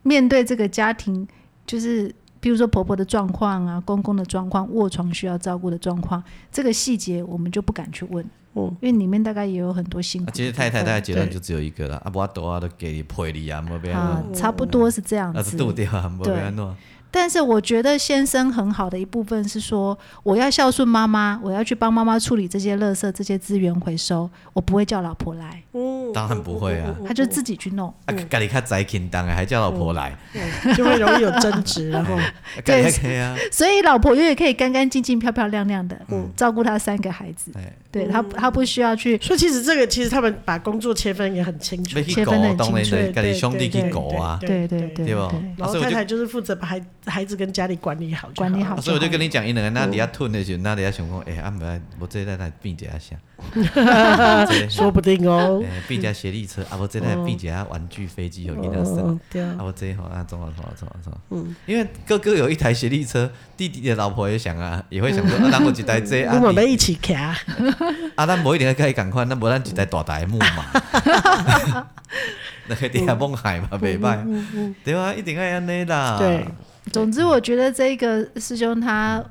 面对这个家庭，就是比如说婆婆的状况啊、公公的状况、卧床需要照顾的状况，这个细节我们就不敢去问，嗯，因为里面大概也有很多辛苦嗯哦啊的其地实方。太太大概结论就只有一个了，啊，我多啊都给你赔你啊，没别啊啊，，差不多是这样那子是。度掉啊，没别安弄。但是我觉得先生很好的一部分是说，我要孝顺妈妈，我要去帮妈妈处理这些垃圾、这些资源回收，我不会叫老婆来，嗯，当然不会啊嗯嗯嗯她就自己去弄。啊，家里较宅轻当的，还叫老婆来，嗯就会容易有争执，然后 家里可以啊，所以老婆永远可以干干净净、漂漂亮亮的，嗯照顾她三个孩子。哎，对她，她不需要去所以其实这个其实他们把工作切分也很清楚要。去狗当然对得家里兄弟去狗啊，对对对对吧对然后所以我太就太就是负责把孩孩子跟家里管理好嗯就管理好啊所以我就跟你讲，因两个那底下吞的时候，那底下想讲，哎，啊，不然我这代来变一下下， 这说不定哦。哎，变一下斜力车，啊，我这代变一下玩具飞机有一两生嗯，，对啊啊，，我这一好啊，中了中了中了中了，嗯，因为哥哥有一台斜力车，弟弟的老婆也想啊，也会 想说，啊，那我一台这我啊，们在你一起卡，啊，咱无一定要伊共款，咱无咱一台大台木嘛， 那个底下望海嘛，袂嗯歹，对啊，一定要安尼啦，对，总嗯之，我觉得这个师兄他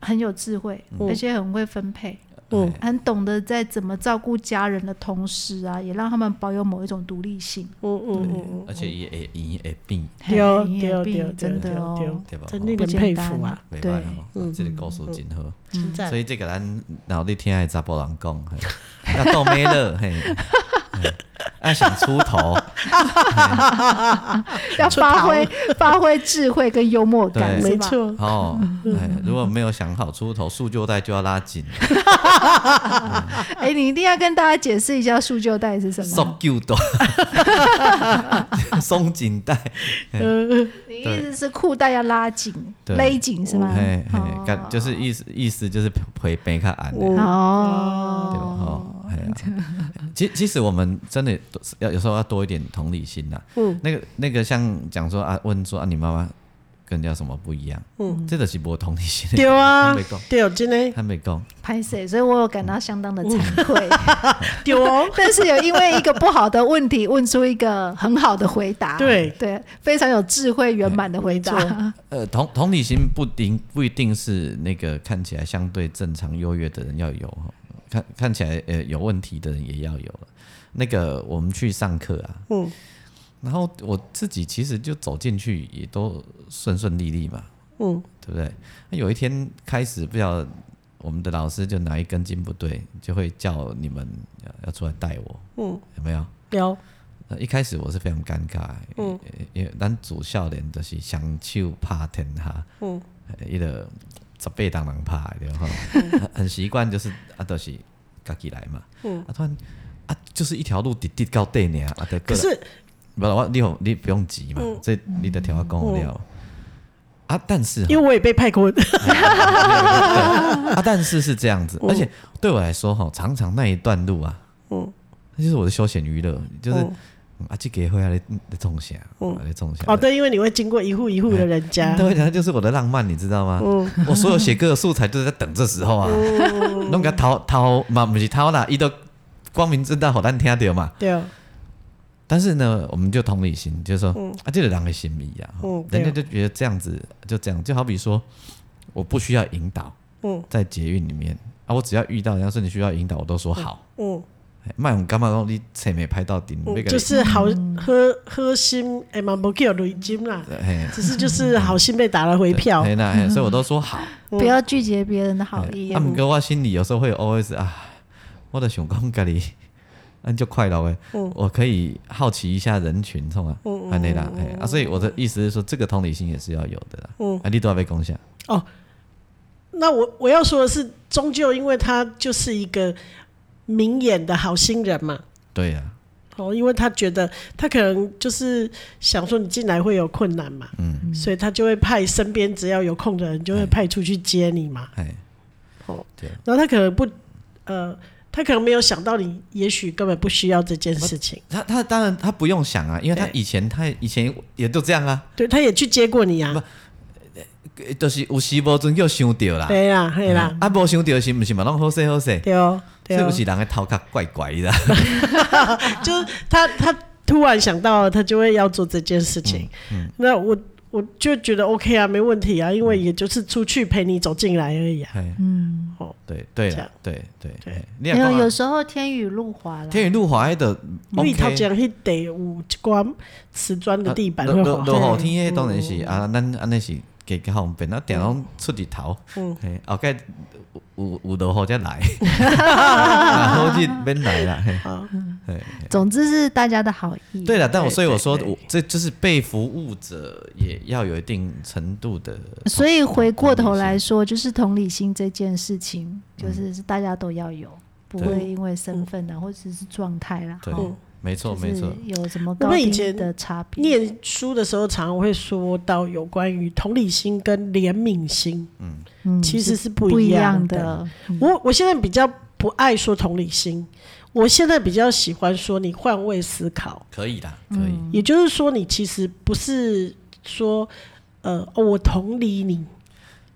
很有智慧，嗯而且很会分配，嗯很懂得在怎么照顾家人的同时啊，也让他们保有某一种独立性。嗯嗯嗯，而且也会赢会变，对哦嘿对哦你也对哦必真的对哦哦，对吧？真令不人简佩单服啊！袂歹对嗯哦，啊这个故事真好。称赞所以这个咱脑力天爱查甫人讲， 嘿要斗美乐，嘿，嘿要想出 头，要发挥发挥智慧跟幽默感，对是没吧？错，哦，嗯哎，如果没有想好出头，束旧带就要拉紧，哎，你一定要跟大家解释一下塑胶袋是什束么。旧 带，松紧带，你意思是裤带要拉紧、对勒紧嗯是吗？嘿，嘿，哦感就是意思意思就是陪陪较暗的，对吧？哦，哦，哎呀， 其其实我们真的都是要有时候要多一点同理心呐。嗯那个那个像讲说啊，问说啊，你妈妈跟人家有什么不一样？嗯，这个是无同理心的。对啊坦白讲，对哦，真的坦白讲，拍谁？所以我有感到相当的惭愧，嗯对哦， 但是有因为一个不好的问题问出一个很好的回答，对对，非常有智慧圆满的回没答错，呃，同同理心不定不一定是那个看起来相对正常优越的人要有哦，看看起来呃有问题的人也要有了。那个我们去上课啊，嗯然后我自己其实就走进去也都顺顺利利嘛，嗯对不对？那有一天开始，不晓得我们的老师就哪一根筋不对，就会叫你们呃要要出来带我，嗯，有没有？有，呃，一开始我是非常尴尬，嗯，因为咱主少年都是双手拍天下，嗯呃，伊个十八当人拍的对吧吼，很很习惯就是啊，都、就是家己来嘛，嗯，啊突然啊就是一条路直直到底呢，啊，就可过来是不我你有你不用急嘛，嗯这你得听我讲了、啊，但是吼 因为我也被派过，啊，但是是这样子，而且对我来说哈，常常那一段路啊，嗯那就是我的休闲娱乐，就是、嗯嗯啊，这个会来来种下，嗯来种下。哦，对，因为你会经过一户一户的人家，对，然后就是我的浪漫，你知道吗？嗯我所有写歌的素材就是在等这时候啊，弄个掏掏嘛，不是掏啦，伊都光明正大好咱听到嘛。对哦，但是呢，我们就同理心，就是说、啊，这个人的心理啊，嗯对人家就觉得这样子就这样，就好比说我不需要引导，嗯在捷运里面啊，我只要遇到人家说你需要引导，我都说好。嗯，卖红干嘛讲你车没拍到顶，嗯要给就你是好喝喝心，哎嘛，没给有累金啦，嘿，只是就是好心被打了回票，嘿那 嘿，所以我都说好。 不要拒绝别人的好意啊，。毋过我心里有时候会 always 啊，我的想讲家己，俺就快乐诶，嗯我可以好奇一下人群，冲啊，安尼啦，嘿啊，所以我的意思是说，这个同理心也是要有的啦嗯。啊，你都要被攻下，那我我要说的是，终究因为他就是一个明眼的好心人嘛，对呀，啊哦，因为他觉得他可能就是想说你进来会有困难嘛，嗯，所以他就会派身边只要有空的人就会派出去接你嘛，哎，哦，对，然后他可能不，呃，他可能没有想到你也许根本不需要这件事情，他他当然他不用想啊，因为他以前他以前也都这样啊，对，他也去接过你啊，呃就是有时无准叫想到啦，对啦，对啦，啊，无想到是毋是嘛，拢好势好势，对哦，对是哦不，是人的头壳怪怪的？啊就是他他突然想到了，他就会要做这件事情。嗯那我我就觉得 OK 啊，没问题啊，因为也就是出去陪你走进来而已啊。哦嗯好，对对这啦样对对啊对嘿你没若有讲啊有时候天雨路滑了，天宇路滑迄的因为头 OK，前迄地有一寡瓷砖的地板会哦落滑，嗯落雨天迄当然是啊，咱安尼是加较方便，啊，电拢出日头，嗯嘿后盖有有有落雨 才来，啊好日免来啦。嘿哦嘿总之是大家的好意。对了，但我嗯对所以我说，对我这就是被服务者也要有一定程度的，所以回过头来说，就是同理心这件事情，就是大家都要有，不嗯对嗯会因为身份啊，或者是状态啦，对哈，哦没错就没是错，有什么我高们以低前的差别。念书的时候，常常会说到有关于同理心跟怜悯心，嗯其实是不不一一样样的。嗯 的，我我现在比较不爱说同理心，我现在比较喜欢说你换位思考。可以啦，可以，也就是说，你其实不是说，呃，哦我同理你，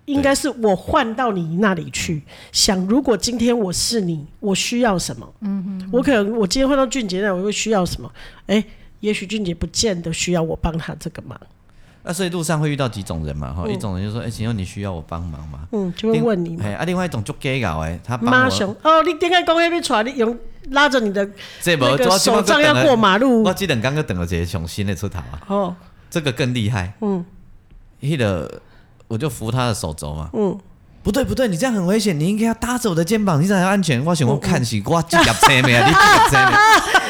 应该是我换到你那里去想，如果今天我是你，我需要什么？嗯哼，我可能我今天换到俊杰那，我会需要什么？哎、也许俊杰不见得需要我帮他这个忙，那所以路上会遇到几种人嘛，哈，一种人就说，哎，请问你需要我帮忙吗？哦嗯，就会问你嘛哎，啊，另外一种就 gay 搞哎，他帮妈我，熊哦，你点开公那边出来，你用拉着你的这无那个我这手摆杖还要过马路我这两天刚等了一个上新的出头啊，哦，这个更厉害。嗯迄个我就扶他的手肘嘛，嗯，不对不对，你这样很危险，你应该要搭着我的肩膀，你才有安全。我哦想我看是我这夹车没啊，你这夹车 没？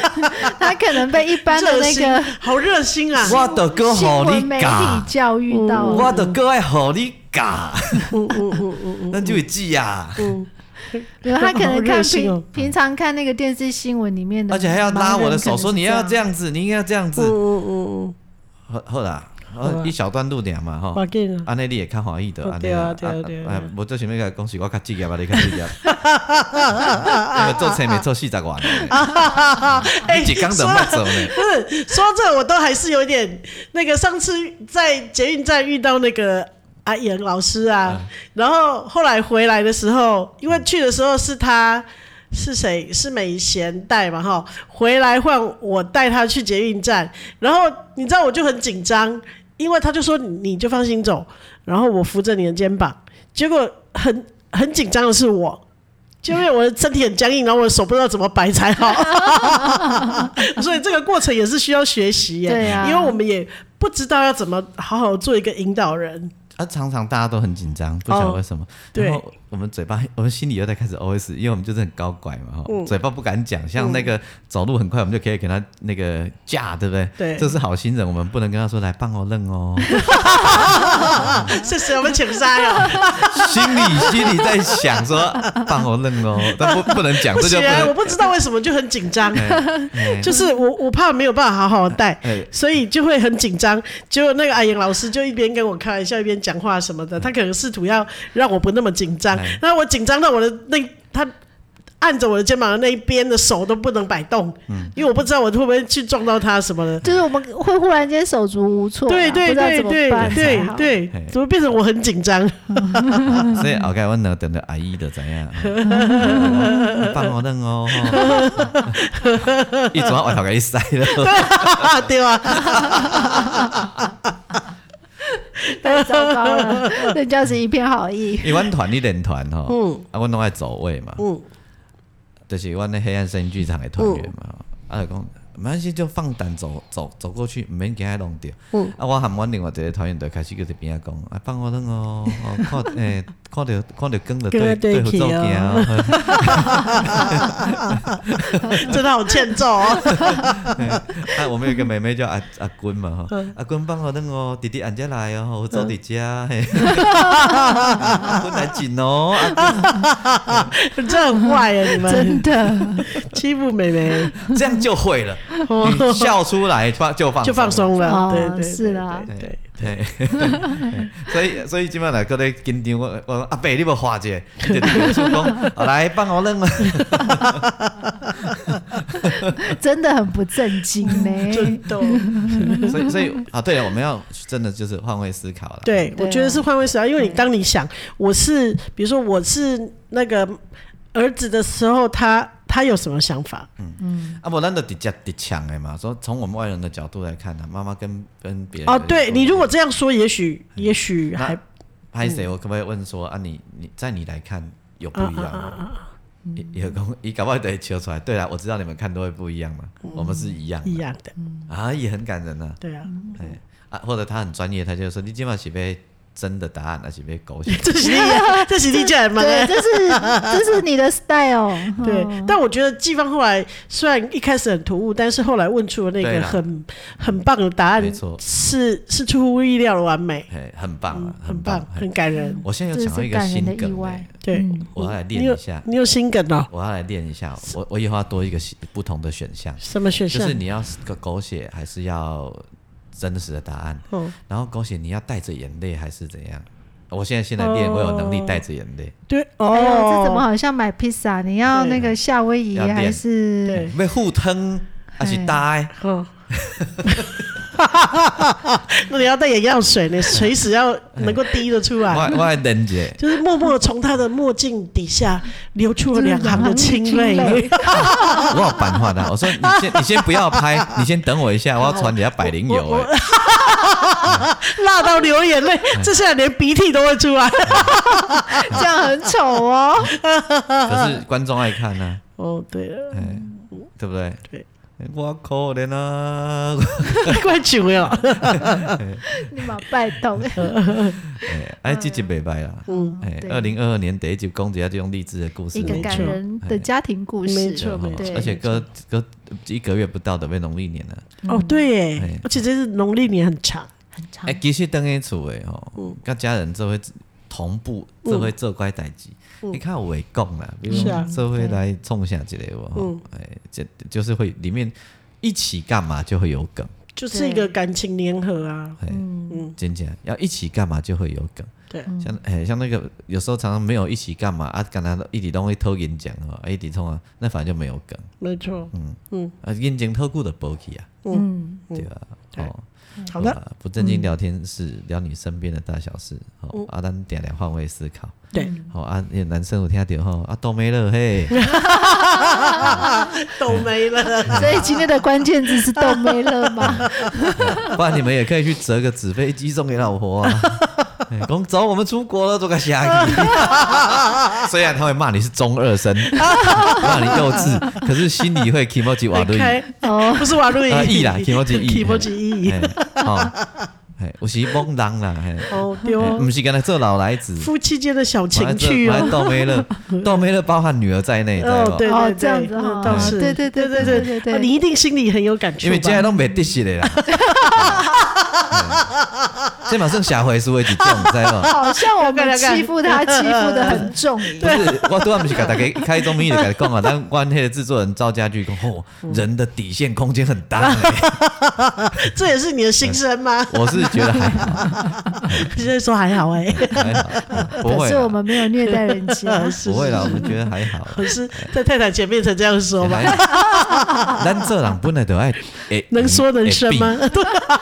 他可能被一般的热那心个 好热心啊，我的歌新好闻你媒嘎体，教育到了，我的歌爱好你嘎，哦嗯嗯嗯嗯咱就会记啊。嗯，对他可好能热看心平、哦平常看那个电视新闻里面的，而且还要拉我的手说你要这这样，样子，你应该要这样嗯子。嗯嗯好，好啦，好啊啦好一小段路点嘛嗯，哈我。给你。安尼你也较欢喜的，哦安尼对啊啦对啊对啊啊！无做想要甲讲是我较职业啊，你 较职业，因为做菜没做四十万呢， 哎你一工都说到捌做呢。不是说到这，我都还是有点那个。上次在捷运站遇到那个阿妍老师啊，嗯然后后来回来的时候，因为去的时候是他是谁是美贤带嘛哈，回来换我带他去捷运站，然后你知道我就很紧张，因为他就说你你就放心走，然后我扶着你的肩膀，结果很很紧张的是我。就因为我的身体很僵硬，然后我的手不知道怎么摆才好， 所以这个过程也是需要学习耶。对啊因为我们也不知道要怎么好好做一个引导人。 啊，常常大家都很紧张，不晓得为什么。哦对然后我们嘴巴， 我们心里又在开始 OS，因为我们就是很高拐嘛，哈、嗯嘴巴不敢讲。像那个走路很快，我们就可以给他那个架，对不对？对这是好心人，我们不能跟他说来帮我愣哦。 谢谢我们请塞哦，心里心里在想说帮我愣哦，但不不能讲，不这就行 不啊，我能。不知道为什么就很紧张，哎就是我我怕没有办法好好带。哎所以就会很紧张，结果那个阿莹老师就一边跟我开玩笑，一边讲话什么的。他可能试图要让我不那么紧张哎，那我紧张到我的那他按着我的肩膀的那一边的手都不能摆动，因为我不知道我会不会去撞到他什么的。就是我们会忽然间手足无措啦，啊对对不知道对怎么对办才好对对嘿，怎么变成我很紧张？哎所以后盖我能等着阿姨的怎 样？哦放我愣哦，吼 一转外头给伊塞了。对吧？ 太糟糕了，人家是一片好 意，因为阮团你练团吼，嗯啊，阮拢爱走位嘛，嗯就是阮那黑暗森林剧场的团员嘛，啊，就讲没关系，就放胆走走走过去，毋免惊伊弄着。嗯啊，我含阮另外一个团员就开始叫伫边仔讲，啊，放我弄哦， 哦看诶、看着看着光就对跟对对合起作哦行 哦。真的好欠揍哦！啊，我们有一个妹妹叫阿阿君嘛吼，嗯阿君帮我等哦，弟弟按家来哦，我走你家，嘿 啊阿君来紧哦，阿君真的很坏耶，你们真的，欺负妹妹。 这样就会了。你笑出来突然就放哦就放松了。松了，哦对对，是啦对对，对， 所以所以今摆来搁咧紧张，我我说阿伯你无化解，你就跟我说讲，啊来放我 冷啊，真的很不正经对呢。 真的，所以所以啊，对了，我们要真的就是换位思考了。对我对啊觉得是换位思考，因为你当你想我是，比如说我是那个儿子的时候，他他有什么想法？啊，不，咱就直接直抢的嘛。说从我们外人的角度来看呢、妈妈跟跟别人哦，的对沟你如通果这样说，也许嗯也许还哎拍谁，我可不可以问说啊，你你在你来看有不一啊样吗？也也讲，你搞不好得求出来。对啦，我知道你们看都会不一样嘛，嗯我们是一样的一样的，啊，也很感人呐、对啊， 嗯哎、啊，或者他很专业，他就说你今晚是被真的答案，还是被 狗血？这是你这是你家 人嘛？对，这是这是你的 style。 对嗯，但我觉得季芳后来虽然一开始很突兀，但是后来问出了那对个啦很很棒的答没案，错，是是出乎意料的完美，哎，很棒嗯啊，很棒棒，。嘿很感人。我现在这又想到是一个感人新的意梗、外哎，对，我要来你练有一下，你有心梗哦？我要来练一下，我我以后要多一个新不同的选项。什么学就啊校是？你要个狗血，还是要真实的答案？哦，然后狗血你要带着眼泪还是怎样？我现在现在练，哦我有能力带着眼泪，对，哎呦，这怎么哦，好像买披萨？你要那个夏威夷要点还是？对，被互吞还是呆？哎哦。那你要带眼药水呢，随时要能够滴得出我来，我还忍着， 就是默默地从他的墨镜底下流出了两行的清两行泪。我有办法的。我说你先你先不要拍，你先等我一下，我要传你下百灵油哎。辣到流眼泪，这下连鼻涕都会出 来。 这样很丑哦。可是观众爱看呢，哦，对 了，哎，对不对？对，我可怜啊！怪久了。你嘛拜托，哎哎，这集袂歹啦。嗯，哎，对二零二二年第一集讲一下这种励志的故事，一个没感错人的家庭故事，没哎对错哈没错而且隔隔一个月不到的被农历年了。哦，对耶哎，而且这是农历年很长。很长哎、，其实等于厝诶吼，跟家人做伙同步，做伙做乖代志。你看我会讲啦，比如是啊说做伙来冲下一个我吼，哎、这就是会里面一起干嘛就会有梗，就是一个感情联合啊，哎、真正要一起干嘛就会有梗。对，像哎、像那个有时候常常没有一起干嘛啊，干他一直都会偷演讲哦，啊一直冲啊，那反正就没有梗。没错。嗯啊，眼睛偷顾的不去啊，嗯，对吧？对哦，好的，吧，不正经聊天是聊你身边的大小事，好、嗯啊，咱点点换位思考，对，好、啊，那男生有听到吼，啊，都没了嘿，都没了。 所以今天的关键字是豆没了吗？ 不然你们也可以去折个纸飞机送给老婆 啊。哎公走，我们出国了，做个虾皮。 虽然他会骂你是中二 生，骂你幼稚，可是心里会 k i m o j i 嗯瓦很 对。开，哦，不是瓦路易啊意啦，kimoji 意 kimoji 意。哎哦，哎，有时懵人啦，嘿哦，对哎哦不，是跟他做老来子，夫妻间的小情趣反哦正。豆梅乐， 豆梅乐包含女儿在内，知道哦吗，？对哦对这样对，子哦嗯倒是，对对对对对对对哦你一定心里很有感因触为现在吧？拢袂得势 的啦。嗯这嘛算社会思维一种，知道吗？好像我们欺负他，欺负的很重一不样。是，我拄仔不是甲大家开宗明义的甲 讲啊，咱关迄个制作人赵家具讲，吼，嗯人的底线空间很 大欸。这也是你的心声 吗？我是觉得还好，现在说还好哎，，还好， 不可会是我啦，们没有虐待人家 是不会啦，我们觉得还好。可是，在太太前面才这样说 吧？还好咱做人本来 就爱会能说能生吗？？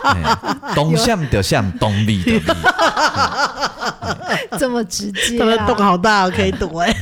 哎东向就向，东 避就避。这么直接他们啊！洞好大哦，可以躲哎。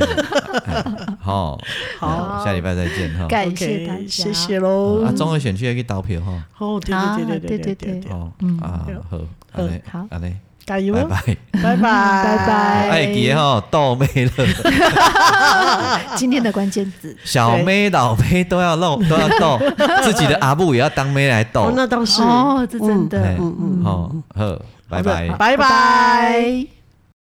好，好嗯下礼拜再见哈。感谢 OK，大家，谢谢喽。啊，中二选区要去投票哈。哦，对对对对啊对对对对，哦，啊，好，安尼，好安尼，加油拜哦，拜。拜拜拜拜哎，记得吼，倒霉了，今天的关键字。小妹、老妹都要露，都要 斗，自己的阿布也要当妹来斗哦，。那倒是嗯哦，这真的哎，，哦，好，拜好的拜。拜拜。拜拜。